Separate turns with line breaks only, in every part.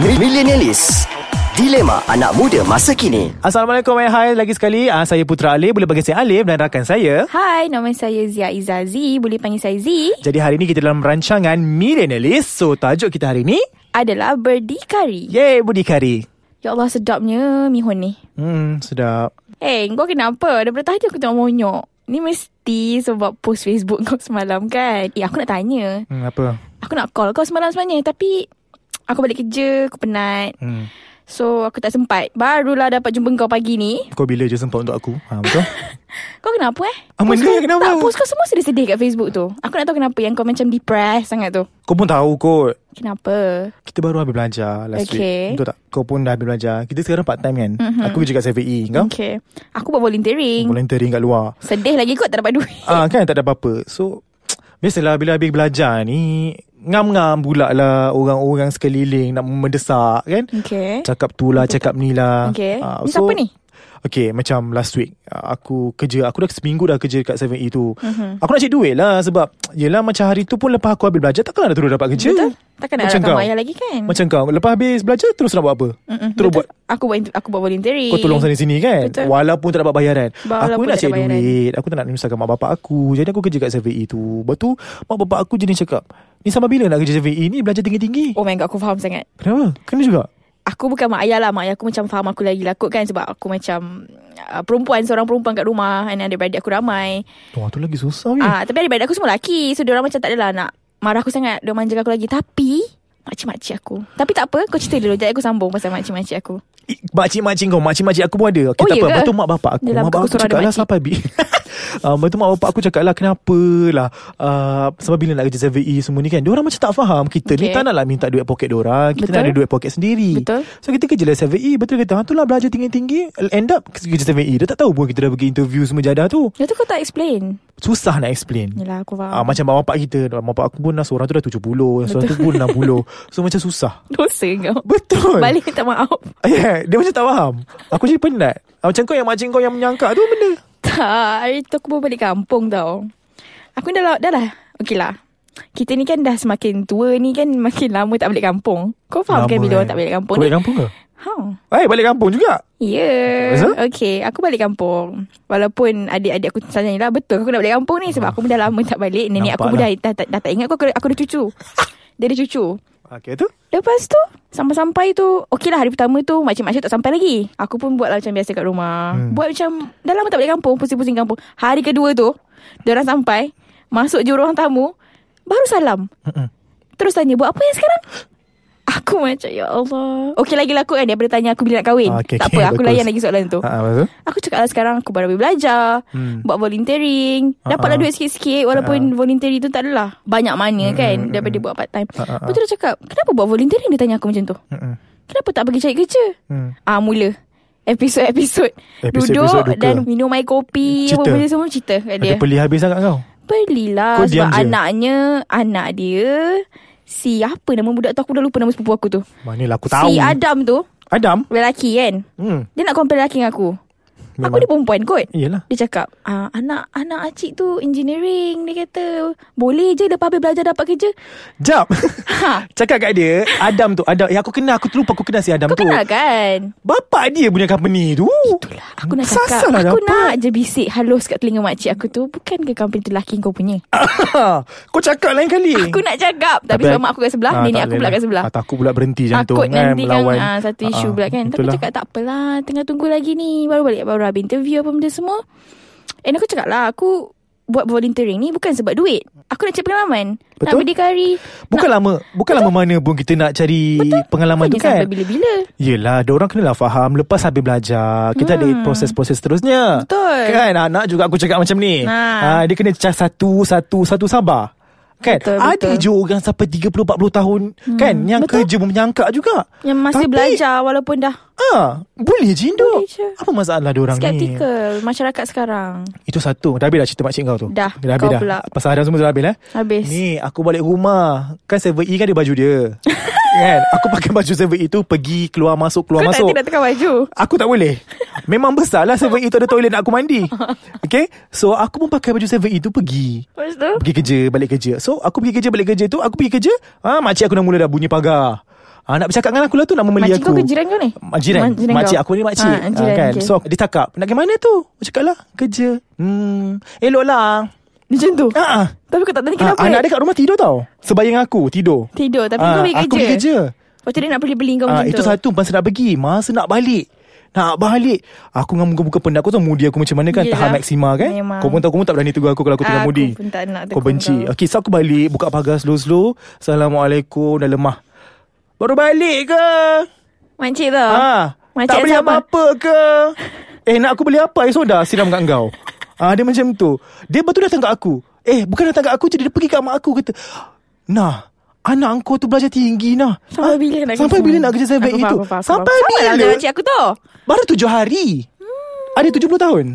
Millenialis Dilema anak muda masa kini
Assalamualaikum eh, hai lagi sekali uh, Saya Putra Alif Boleh panggil saya Alif dan rakan saya
Hai, nama saya Zia Izazi. Boleh panggil saya Z.
Jadi hari ni kita dalam rancangan Millenialis So tajuk kita hari ni
Adalah berdikari.
Yeay Budikari
Ya Allah, sedapnya mihun ni.
Hmm sedap
Eh, hey, kau kenapa? Daripada tadi aku tengok monyok. Ni mesti sebab post Facebook kau semalam kan? Eh, aku nak tanya.
hmm, Apa
Aku nak call kau semalam sebenarnya. Tapi, aku balik kerja, aku penat.
hmm.
So, aku tak sempat. Barulah dapat jumpa kau pagi ni.
Kau bila je sempat untuk aku ha, Betul
Kau kenapa eh?
Ah,
Post
benda
kau-
kenapa?
Tak, post kau semua sedih-sedih kat Facebook tu. Aku nak tahu kenapa yang kau macam depressed sangat tu.
Kau pun tahu kot
Kenapa?
Kita baru habis belajar last
Okay.
week Betul tak Kau pun dah habis belajar Kita sekarang part time kan mm-hmm. Aku kerja kat 7E Kau okay.
Okay. Aku buat volunteering.
Volunteering kat luar
Sedih lagi kot tak dapat duit.
Ah kan tak ada apa-apa. So biasalah bila habis belajar ni ngam-ngam pula lah orang-orang sekeliling nak mendesak kan.
Okay.
Cakap tu lah, cakap ni lah.
Okay.
Ah,
Ni siapa ni?
Okay, macam last week ah, aku kerja, aku dah seminggu dah kerja dekat 7E tu.
Mhm.
Uh-huh. Aku nak cari duit lah sebab yelah macam hari tu pun lepas aku habis belajar takkan ada terus dapat kerja.
Betul? Takkan nak
Macam
harapkan
kau.
mak ayah lagi kan?
Macam kau, lepas habis belajar terus nak buat apa?
Mm-mm,
Terus
betul.
buat
Aku buat aku buat volunteering.
kau tolong sana sini kan
Betul.
Walaupun tak dapat bayaran
Walaupun
Aku nak
tak dapat
cari
bayaran.
duit Aku tak nak menyusahkan mak bapak aku Jadi aku kerja kat survey tu Lepas tu Mak bapak aku jenis cakap Ni sampai bila nak kerja survey ni Belajar tinggi-tinggi
Oh my god, aku faham sangat.
Kenapa? Kena juga
Aku bukan mak ayah lah. Mak ayah aku macam faham aku lagi lah kot kan. Sebab aku macam uh, perempuan, seorang perempuan kat rumah. Dan adik-beradik aku ramai.
Wah tu lagi susah ya. weh
Ah, tapi adik-beradik aku semua lelaki. So, diorang macam tak adalah nak marah aku sangat. Diorang manjakan aku lagi. Tapi, makcik-makcik aku. Tapi tak apa, kau cerita dulu. Jadi aku sambung pasal makcik-makcik aku.
Eh, Makcik-makcik kau Makcik-makcik aku pun ada okay,
Oh,
tak
ya
apa
ke?
Lepas tu mak bapak aku
Dalam
Mak bapak
aku
aku
suruh ada
cakap lah
makcik."
Sampai bila uh, Lepas tu mak bapak aku cakap lah Kenapa lah uh, Sampai bila nak kerja survey semua ni kan Diorang macam tak faham Kita ni
Okay.
tak nak lah minta duit poket diorang Kita nak
Betul.
ada duit poket sendiri
Betul.
So kita kerja lah survey Betul kata Hantu lah belajar tinggi-tinggi End up kerja survey Dia tak tahu pun kita dah pergi interview semua jadah tu
Lepas tu kau tak explain.
Susah nak explain
Yelah, aku
Ah,
faham.
macam mak bapak kita Mak bapak aku pun dah Seorang tu dah 70 Seorang tu pun 60 So macam susah
Dosa kau.
Betul
Balik minta maaf.
Yeah, dia macam tak faham. Aku jadi penat. Ah, Macam kau yang makcik kau yang menyangka tu benda.
Tak, hari tu aku baru balik kampung tau. Aku dah lah, dah lah. Okey lah. Kita ni kan dah semakin tua ni kan makin lama tak balik kampung. Kau faham
Lama
kan bila orang
kan?
tak balik kampung
Kau
ni?
balik kampung ke?
Ha.
Eh, balik kampung juga.
Ya. Yeah.
Lepas tu?
Okey, aku balik kampung. Walaupun adik-adik aku tanya lah betul aku nak balik kampung ni sebab aku pun dah lama tak balik. Nenek
Ah. Nampak lah.
aku pun dah, dah, dah, dah tak ingat aku, aku, aku ada cucu. Dia ada cucu.
Okay tu.
Lepas tu Sampai-sampai tu Okey lah hari pertama tu Makcik-makcik tak sampai lagi Aku pun buat lah macam biasa kat rumah hmm. Buat macam Dah lama tak balik kampung Pusing-pusing kampung Hari kedua tu Diorang sampai Masuk je ruang tamu Baru salam
Mm-mm.
Terus tanya Buat apa yang sekarang? Aku macam Ya Allah Okey lagi lah aku kan Daripada tanya aku bila nak kahwin
Ah, okey,
Tak
okey,
apa aku
bagus.
layan lagi soalan tu
Ha, lepas tu?
Aku cakap lah sekarang Aku baru habis belajar
Hmm. Ah,
Buat volunteering
Ha,
Dapatlah
ha.
duit sikit-sikit Walaupun volunteering tu tak adalah Banyak mana
Hmm,
kan Daripada buat part time
Ha, ha, ha.
Lepas tu dia cakap Kenapa buat volunteering Dia tanya aku macam tu
Mm-mm.
Kenapa tak pergi cari kerja
Hmm.
Ah mula Episod-episod
Episod-episod duka.
Duduk Dan minum air kopi
Cerita.
Apa benda semua cerita kat
Dia
dia
pelih habis sangat kau.
Belilah
Kau diam je.
Sebab anaknya Anak dia Si apa nama budak tu Aku dah lupa nama sepupu aku tu
Manalah aku tahu.
Si Adam tu
Adam?
Lelaki kan
Hmm.
Dia nak compare lelaki dengan aku Aku
Memang.
ni perempuan kot
Yelah.
dia cakap ah, Anak anak acik tu engineering Dia kata Boleh je lepas habis belajar dapat kerja
Jap.
Ha
Cakap kat dia, Adam tu, Adam. Ya, aku kenal, aku terlupa aku kenal si Adam
Kau
tu.
kenal kan
Bapak dia punya company tu.
Itulah aku nak
Sasar
cakap
lah
Aku
dapat.
nak je bisik halus kat telinga makcik aku tu Bukan ke company tu lelaki kau punya
Eh. kau cakap lain kali.
Aku nak cakap Tapi sebab mak aku kat
Ah,
sebelah
tak
Nenek
boleh
aku pula
lah.
kat sebelah
Ah, Takut pula berhenti jantung.
Takut nanti kan
melawan.
ah, Satu isu
Ah,
pula kan Tapi
itulah.
cakap tak apalah Tengah tunggu lagi ni Baru balik Baru habis interview Apa benda semua And aku cakap lah Aku buat volunteering ni Bukan sebab duit Aku nak cari pengalaman Nak
Betul.
berdikari
Bukan lama Bukan lama mana pun kita nak cari pengalaman tu
Bukan
kan
sampai bila-bila
Yelah, diorang kenalah faham Lepas habis belajar Kita hmm. ada proses-proses seterusnya
Betul.
Kan, anak juga aku cakap macam ni
Ha.
ha, Dia kena cakap satu, satu, satu sabar Kan,
Betul,
ada
betul.
je orang sampai 30-40 tahun hmm. Kan, yang
Betul.
kerja pun menyangka juga
Yang masih
Tapi,
belajar Walaupun dah
ha, Boleh je induk
Boleh je.
Apa masalah diorang ni
Skeptical Masyarakat sekarang
Itu satu Dah habis dah cerita makcik kau tu
Dah,
dah habis
kau
dah
pula. Ha.
Pasal Adam semua dah habis eh
Habis
Ni aku balik rumah Kan 7E kan ada baju dia Kan Aku pakai baju 7E tu Pergi keluar masuk Keluar
Kau tak
masuk
tidak tekan baju
Aku tak boleh Memang besar lah 7E tu ada toilet nak aku mandi Okay So aku pun pakai baju 7E tu pergi
Lepas tu
Pergi kerja Balik kerja So aku pergi kerja Balik kerja tu Aku pergi kerja ah, Makcik aku dah mula dah bunyi pagar Ah, nak bercakap dengan aku lah tu Nak memeli
Makcik
aku
kau ke jiran kau ni?
Mak jiran
Mak jiran
Makcik
kau.
aku ni makcik
Ah, jiran,
kan?
okey.
So dia cakap Nak pergi mana tu Aku cakap lah Kerja hmm, Elok lah
Dia macam tu
ah, ah.
Tapi kau tak tanya
Ah,
kenapa
anak dia kat rumah tidur tau Sebayang aku tidur
Tidur Tapi
Ah,
kau pergi kerja Oh,
Aku pergi kerja
Macam dia nak pergi beli kau
ah,
macam tu
Itu satu Masa nak pergi Masa nak balik nak balik Aku dengan muka-muka penat Kau tahu mudi aku macam mana kan
Yelah.
Tahap maksima kan
Memang.
Kau pun tahu Kau pun tak berani tegur aku Kalau aku tengah
Aku
mudi
pun tak nak
Kau
tegur
benci
kau.
Okay so aku balik Buka pagar slow-slow Assalamualaikum Dah lemah Baru balik ke
Makcik tau
Ah,
Macam
tak beli
sama.
apa-apa ke? Eh, nak aku beli apa? Eh, so dah siram kat kau. Ah, dia macam tu. Dia betul datang kat aku. Eh, bukan datang kat aku je. Dia pergi kat mak aku kata, Nah, anak kau tu belajar tinggi nah. Ah,
Sampai bila nak kerja
Sampai bila
sana?
nak kerja saya baik
Aku faham,
itu?
aku faham, aku
Sampai
faham. Sama
bila?
lah dengan makcik aku Hmm. tu
Baru tujuh hari. Ada tujuh puluh tahun.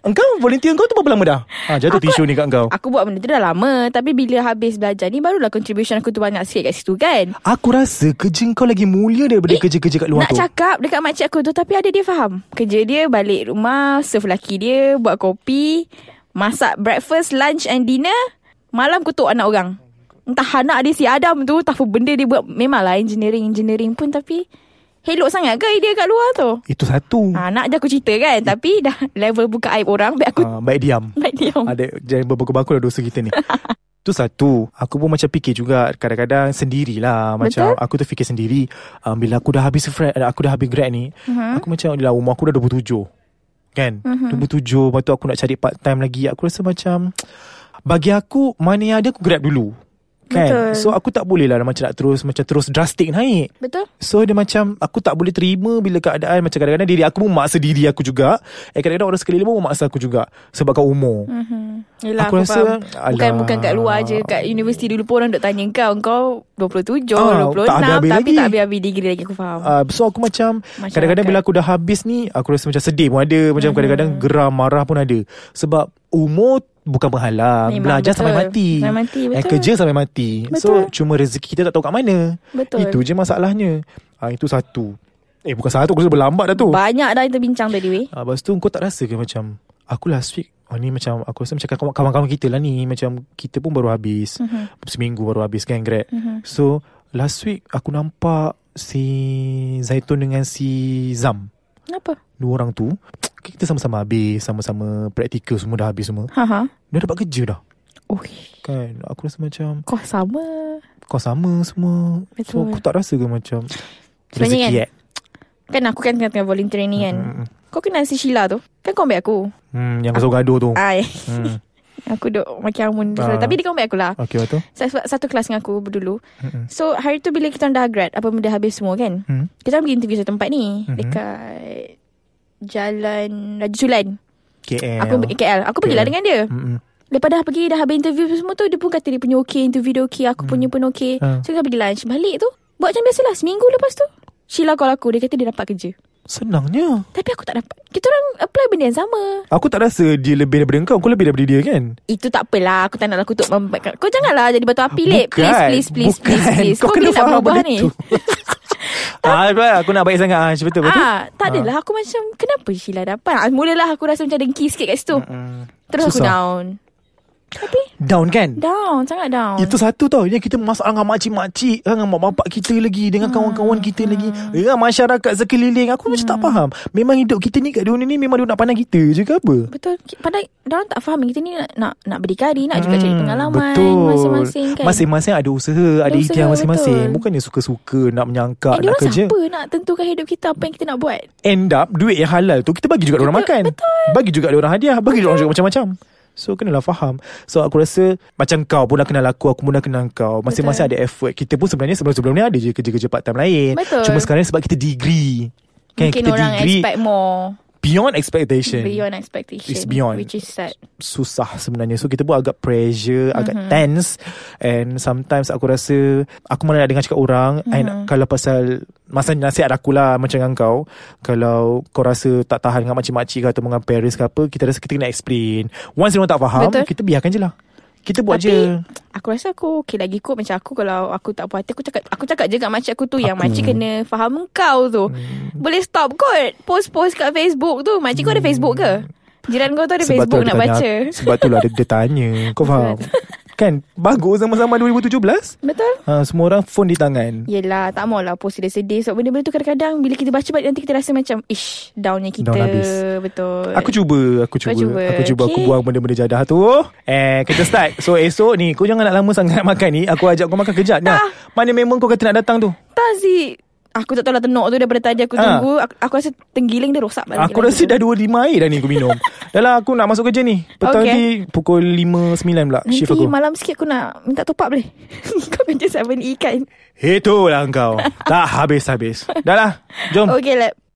Engkau volunteer kau tu berapa lama dah? Ah, jatuh
Aku-
tisu ni kat kau.
Aku buat benda tu dah lama Tapi bila habis belajar ni Barulah contribution aku tu banyak sikit kat situ kan
Aku rasa kerja kau lagi mulia daripada
Eh,
kerja-kerja kat luar
Nak
tu.
cakap dekat makcik aku tu Tapi ada dia faham Kerja dia balik rumah Serve laki dia Buat kopi Masak breakfast Lunch and dinner Malam kutuk anak orang Entah anak dia si Adam tu Tak apa benda dia buat Memanglah engineering-engineering pun Tapi Helok sangat ke dia kat luar tu
Itu satu.
ha, Nak je aku cerita kan Tapi dah level buka aib orang Biar aku
Hmm. Ah, baik diam.
Baik diam
Ada jangan berbakul-bakul lah dosa kita ni. Tu satu Aku pun macam fikir juga Kadang-kadang sendirilah Macam
Betul.
aku tu fikir sendiri um, Bila aku dah habis frat, Aku dah habis grad ni uh-huh.
Mhm.
Aku macam Yelah umur aku dah 27 Kan uh-huh. 27 Lepas tu aku nak cari part time lagi Aku rasa macam Bagi aku Mana yang ada aku grab dulu Kan
Betul.
So aku tak boleh lah Macam nak terus Macam terus drastik naik
Betul
So dia macam Aku tak boleh terima Bila keadaan Macam kadang-kadang diri aku pun Maksa diri aku juga Eh kadang-kadang orang sekeliling pun Maksa aku juga Sebab kau
Mhm.
umur
Yelah,
Aku
aku,
rasa,
faham. Bukan
alah.
bukan kat luar je Kat universiti dulu pun Orang duk tanya kau Kau 27
Ah, tak habis-habis
26 Tapi
lagi.
tak habis-habis degree lagi Aku faham
Uh, so aku macam
Masyarakat. Mhm.
Kadang-kadang bila aku dah habis ni Aku rasa macam sedih pun ada Macam kadang-kadang geram marah pun ada Sebab umur bukan penghalang
Memang,
Belajar
betul.
sampai mati
Sampai mati,
Eh,
betul.
Kerja sampai mati So cuma rezeki kita tak tahu kat mana
Betul.
Itu je masalahnya uh, Itu satu Eh bukan satu Aku rasa berlambat dah tu
Banyak dah kita bincang tadi weh
uh, Lepas tu kau tak rasa ke macam Aku last week Oh ni macam Aku rasa macam kawan- kawan-kawan kita lah ni Macam kita pun baru habis
Hmm. Mhm.
uh-huh. Seminggu baru habis kan grad uh-huh. So last week aku nampak Si Zaitun dengan si Zam
Kenapa?
Dua orang tu Kita sama-sama habis Sama-sama praktikal semua dah habis semua
Ha ha.
Dia dapat kerja dah
Oh,
Kan Aku rasa macam
kau sama.
Kau sama semua So
Betul.
aku tak rasa ke macam
Sebenarnya
rezeki, eh?
kan? Kan aku kan tengah-tengah volunteer ni kan.
Mm-mm.
Kau kenal si Sheila tu? Kan comeback aku.
Hmm, Yang kau suruh gaduh tu
Ai.
hmm.
Aku duk makin amun
Ah.
Tapi dia comeback aku lah
Okay lepas tu
Sebab satu kelas dengan aku dulu
Mm-mm.
So hari tu bila kita orang dah grad Apa benda habis semua kan
hmm.
Kita orang pergi interview satu tempat ni
Mhm.
Dekat Jalan Raja Sulan
KL
Aku pergi KL Aku pergilah
KL.
dengan dia
Mm-mm.
Lepas dah pergi Dah habis interview semua tu Dia pun kata dia punya okay Interview dia okay Aku punya pun okay
Ha.
So kita pergi lunch Balik tu Buat macam biasalah Seminggu lepas tu Sheila call aku Dia kata dia dapat kerja
Senangnya
Tapi aku tak dapat Kita orang apply benda yang sama
Aku tak rasa dia lebih daripada kau Kau lebih daripada dia kan
Itu tak apalah Aku tak naklah kutuk membaikkan Kau janganlah jadi batu api Lip
Bukan.
Please please please,
Bukan.
please, please.
Kau
boleh
kena
nak
faham
berubah
benda tu ah, betul lah. Aku nak baik sangat ah, Macam betul betul
Ah, tak adalah aku macam Kenapa Sheila dapat ah, Mulalah aku rasa macam dengki sikit kat situ
Mm.
Terus aku
Susah.
down Tapi
Down kan
down Sangat down
Itu satu tau Yang kita masalah dengan makcik-makcik ah, Dengan mak bapak kita lagi
Ah.
Dengan kawan-kawan kita lagi Dengan masyarakat sekeliling Aku macam tak
Hmm.
faham Memang hidup kita ni kat dunia ni Memang dia nak pandang kita je ke apa
Betul Padahal Diorang tak faham Kita ni nak Nak, nak berdikari Nak juga cari
Hmm,
pengalaman
Betul
Masing-masing kan
Masing-masing ada usaha Ada,
Ada usaha,
ikhtiar masing-masing
betul.
Bukannya suka-suka Nak menyangka
Eh,
Nak
diorang
kerja
siapa nak tentukan hidup kita Apa yang kita nak buat
end up duit yang halal tu kita bagi juga orang
Betul,
makan.
betul.
Bagi juga orang hadiah, bagi orang juga macam-macam. So kenalah faham So aku rasa Macam kau pun dah kenal aku Aku pun dah kenal kau Masing-masing ada effort Kita pun sebenarnya Sebelum-sebelum ni ada je Kerja-kerja part time lain
Betul.
Cuma sekarang sebab kita degree kan,
Mungkin
Kita
orang
degree
expect more
Beyond expectation
Beyond expectation
It's beyond.
Which is sad
Susah sebenarnya So kita pun agak pressure Agak
Mhm.
tense And sometimes aku rasa Aku mana nak dengar cakap orang And
Mhm.
kalau pasal Masa nasihat aku lah Macam dengan kau Kalau kau rasa tak tahan dengan makcik-makcik ke Atau dengan parents ke apa Kita rasa kita kena explain Once orang tak faham
Betul.
Kita biarkan je lah Kita buat
Tapi
je
Aku rasa aku Okay lagi kot Macam aku kalau Aku tak puas hati Aku cakap Aku cakap je kat makcik aku tu Yang makcik kena Faham kau tu
Hmm.
Boleh stop kot Post-post kat Facebook tu Makcik kau ada Facebook ke? Jiran kau tu ada
Hmm. Sebab tu
Facebook
dia
nak
tanya
baca
aku- Sebab tu lah dia, dia tanya Kau faham Kan Bagus sama-sama 2017
Betul?
ha, Semua orang phone di tangan
Yelah tak maulah post sedih-sedih Sebab benda-benda tu kadang-kadang Bila kita baca balik Nanti kita rasa macam Ish downnya kita
Down habis.
Betul
Aku cuba Aku cuba
cuba,
Aku cuba Aku
okay.
buang benda-benda jadah tu Eh kita start So esok ni Kau jangan nak lama sangat makan ni Aku ajak kau makan kejap
Ah.
nah, Mana memang kau kata nak datang tu
Tak Zik Aku tak tahu lah tenok tu Daripada tadi aku
Ah.
tunggu aku, aku rasa tenggiling dia rosak balik lah.
Aku rasa dah 2.5 air dah ni aku minum Dah lah aku nak masuk kerja ni Petang
Okay.
okay. ni pukul 5.09 pula
Nanti
Shift aku
malam sikit aku nak Minta top up boleh Kau kerja 7E kan
Itulah engkau Tak habis-habis Dah lah Jom
Okay lah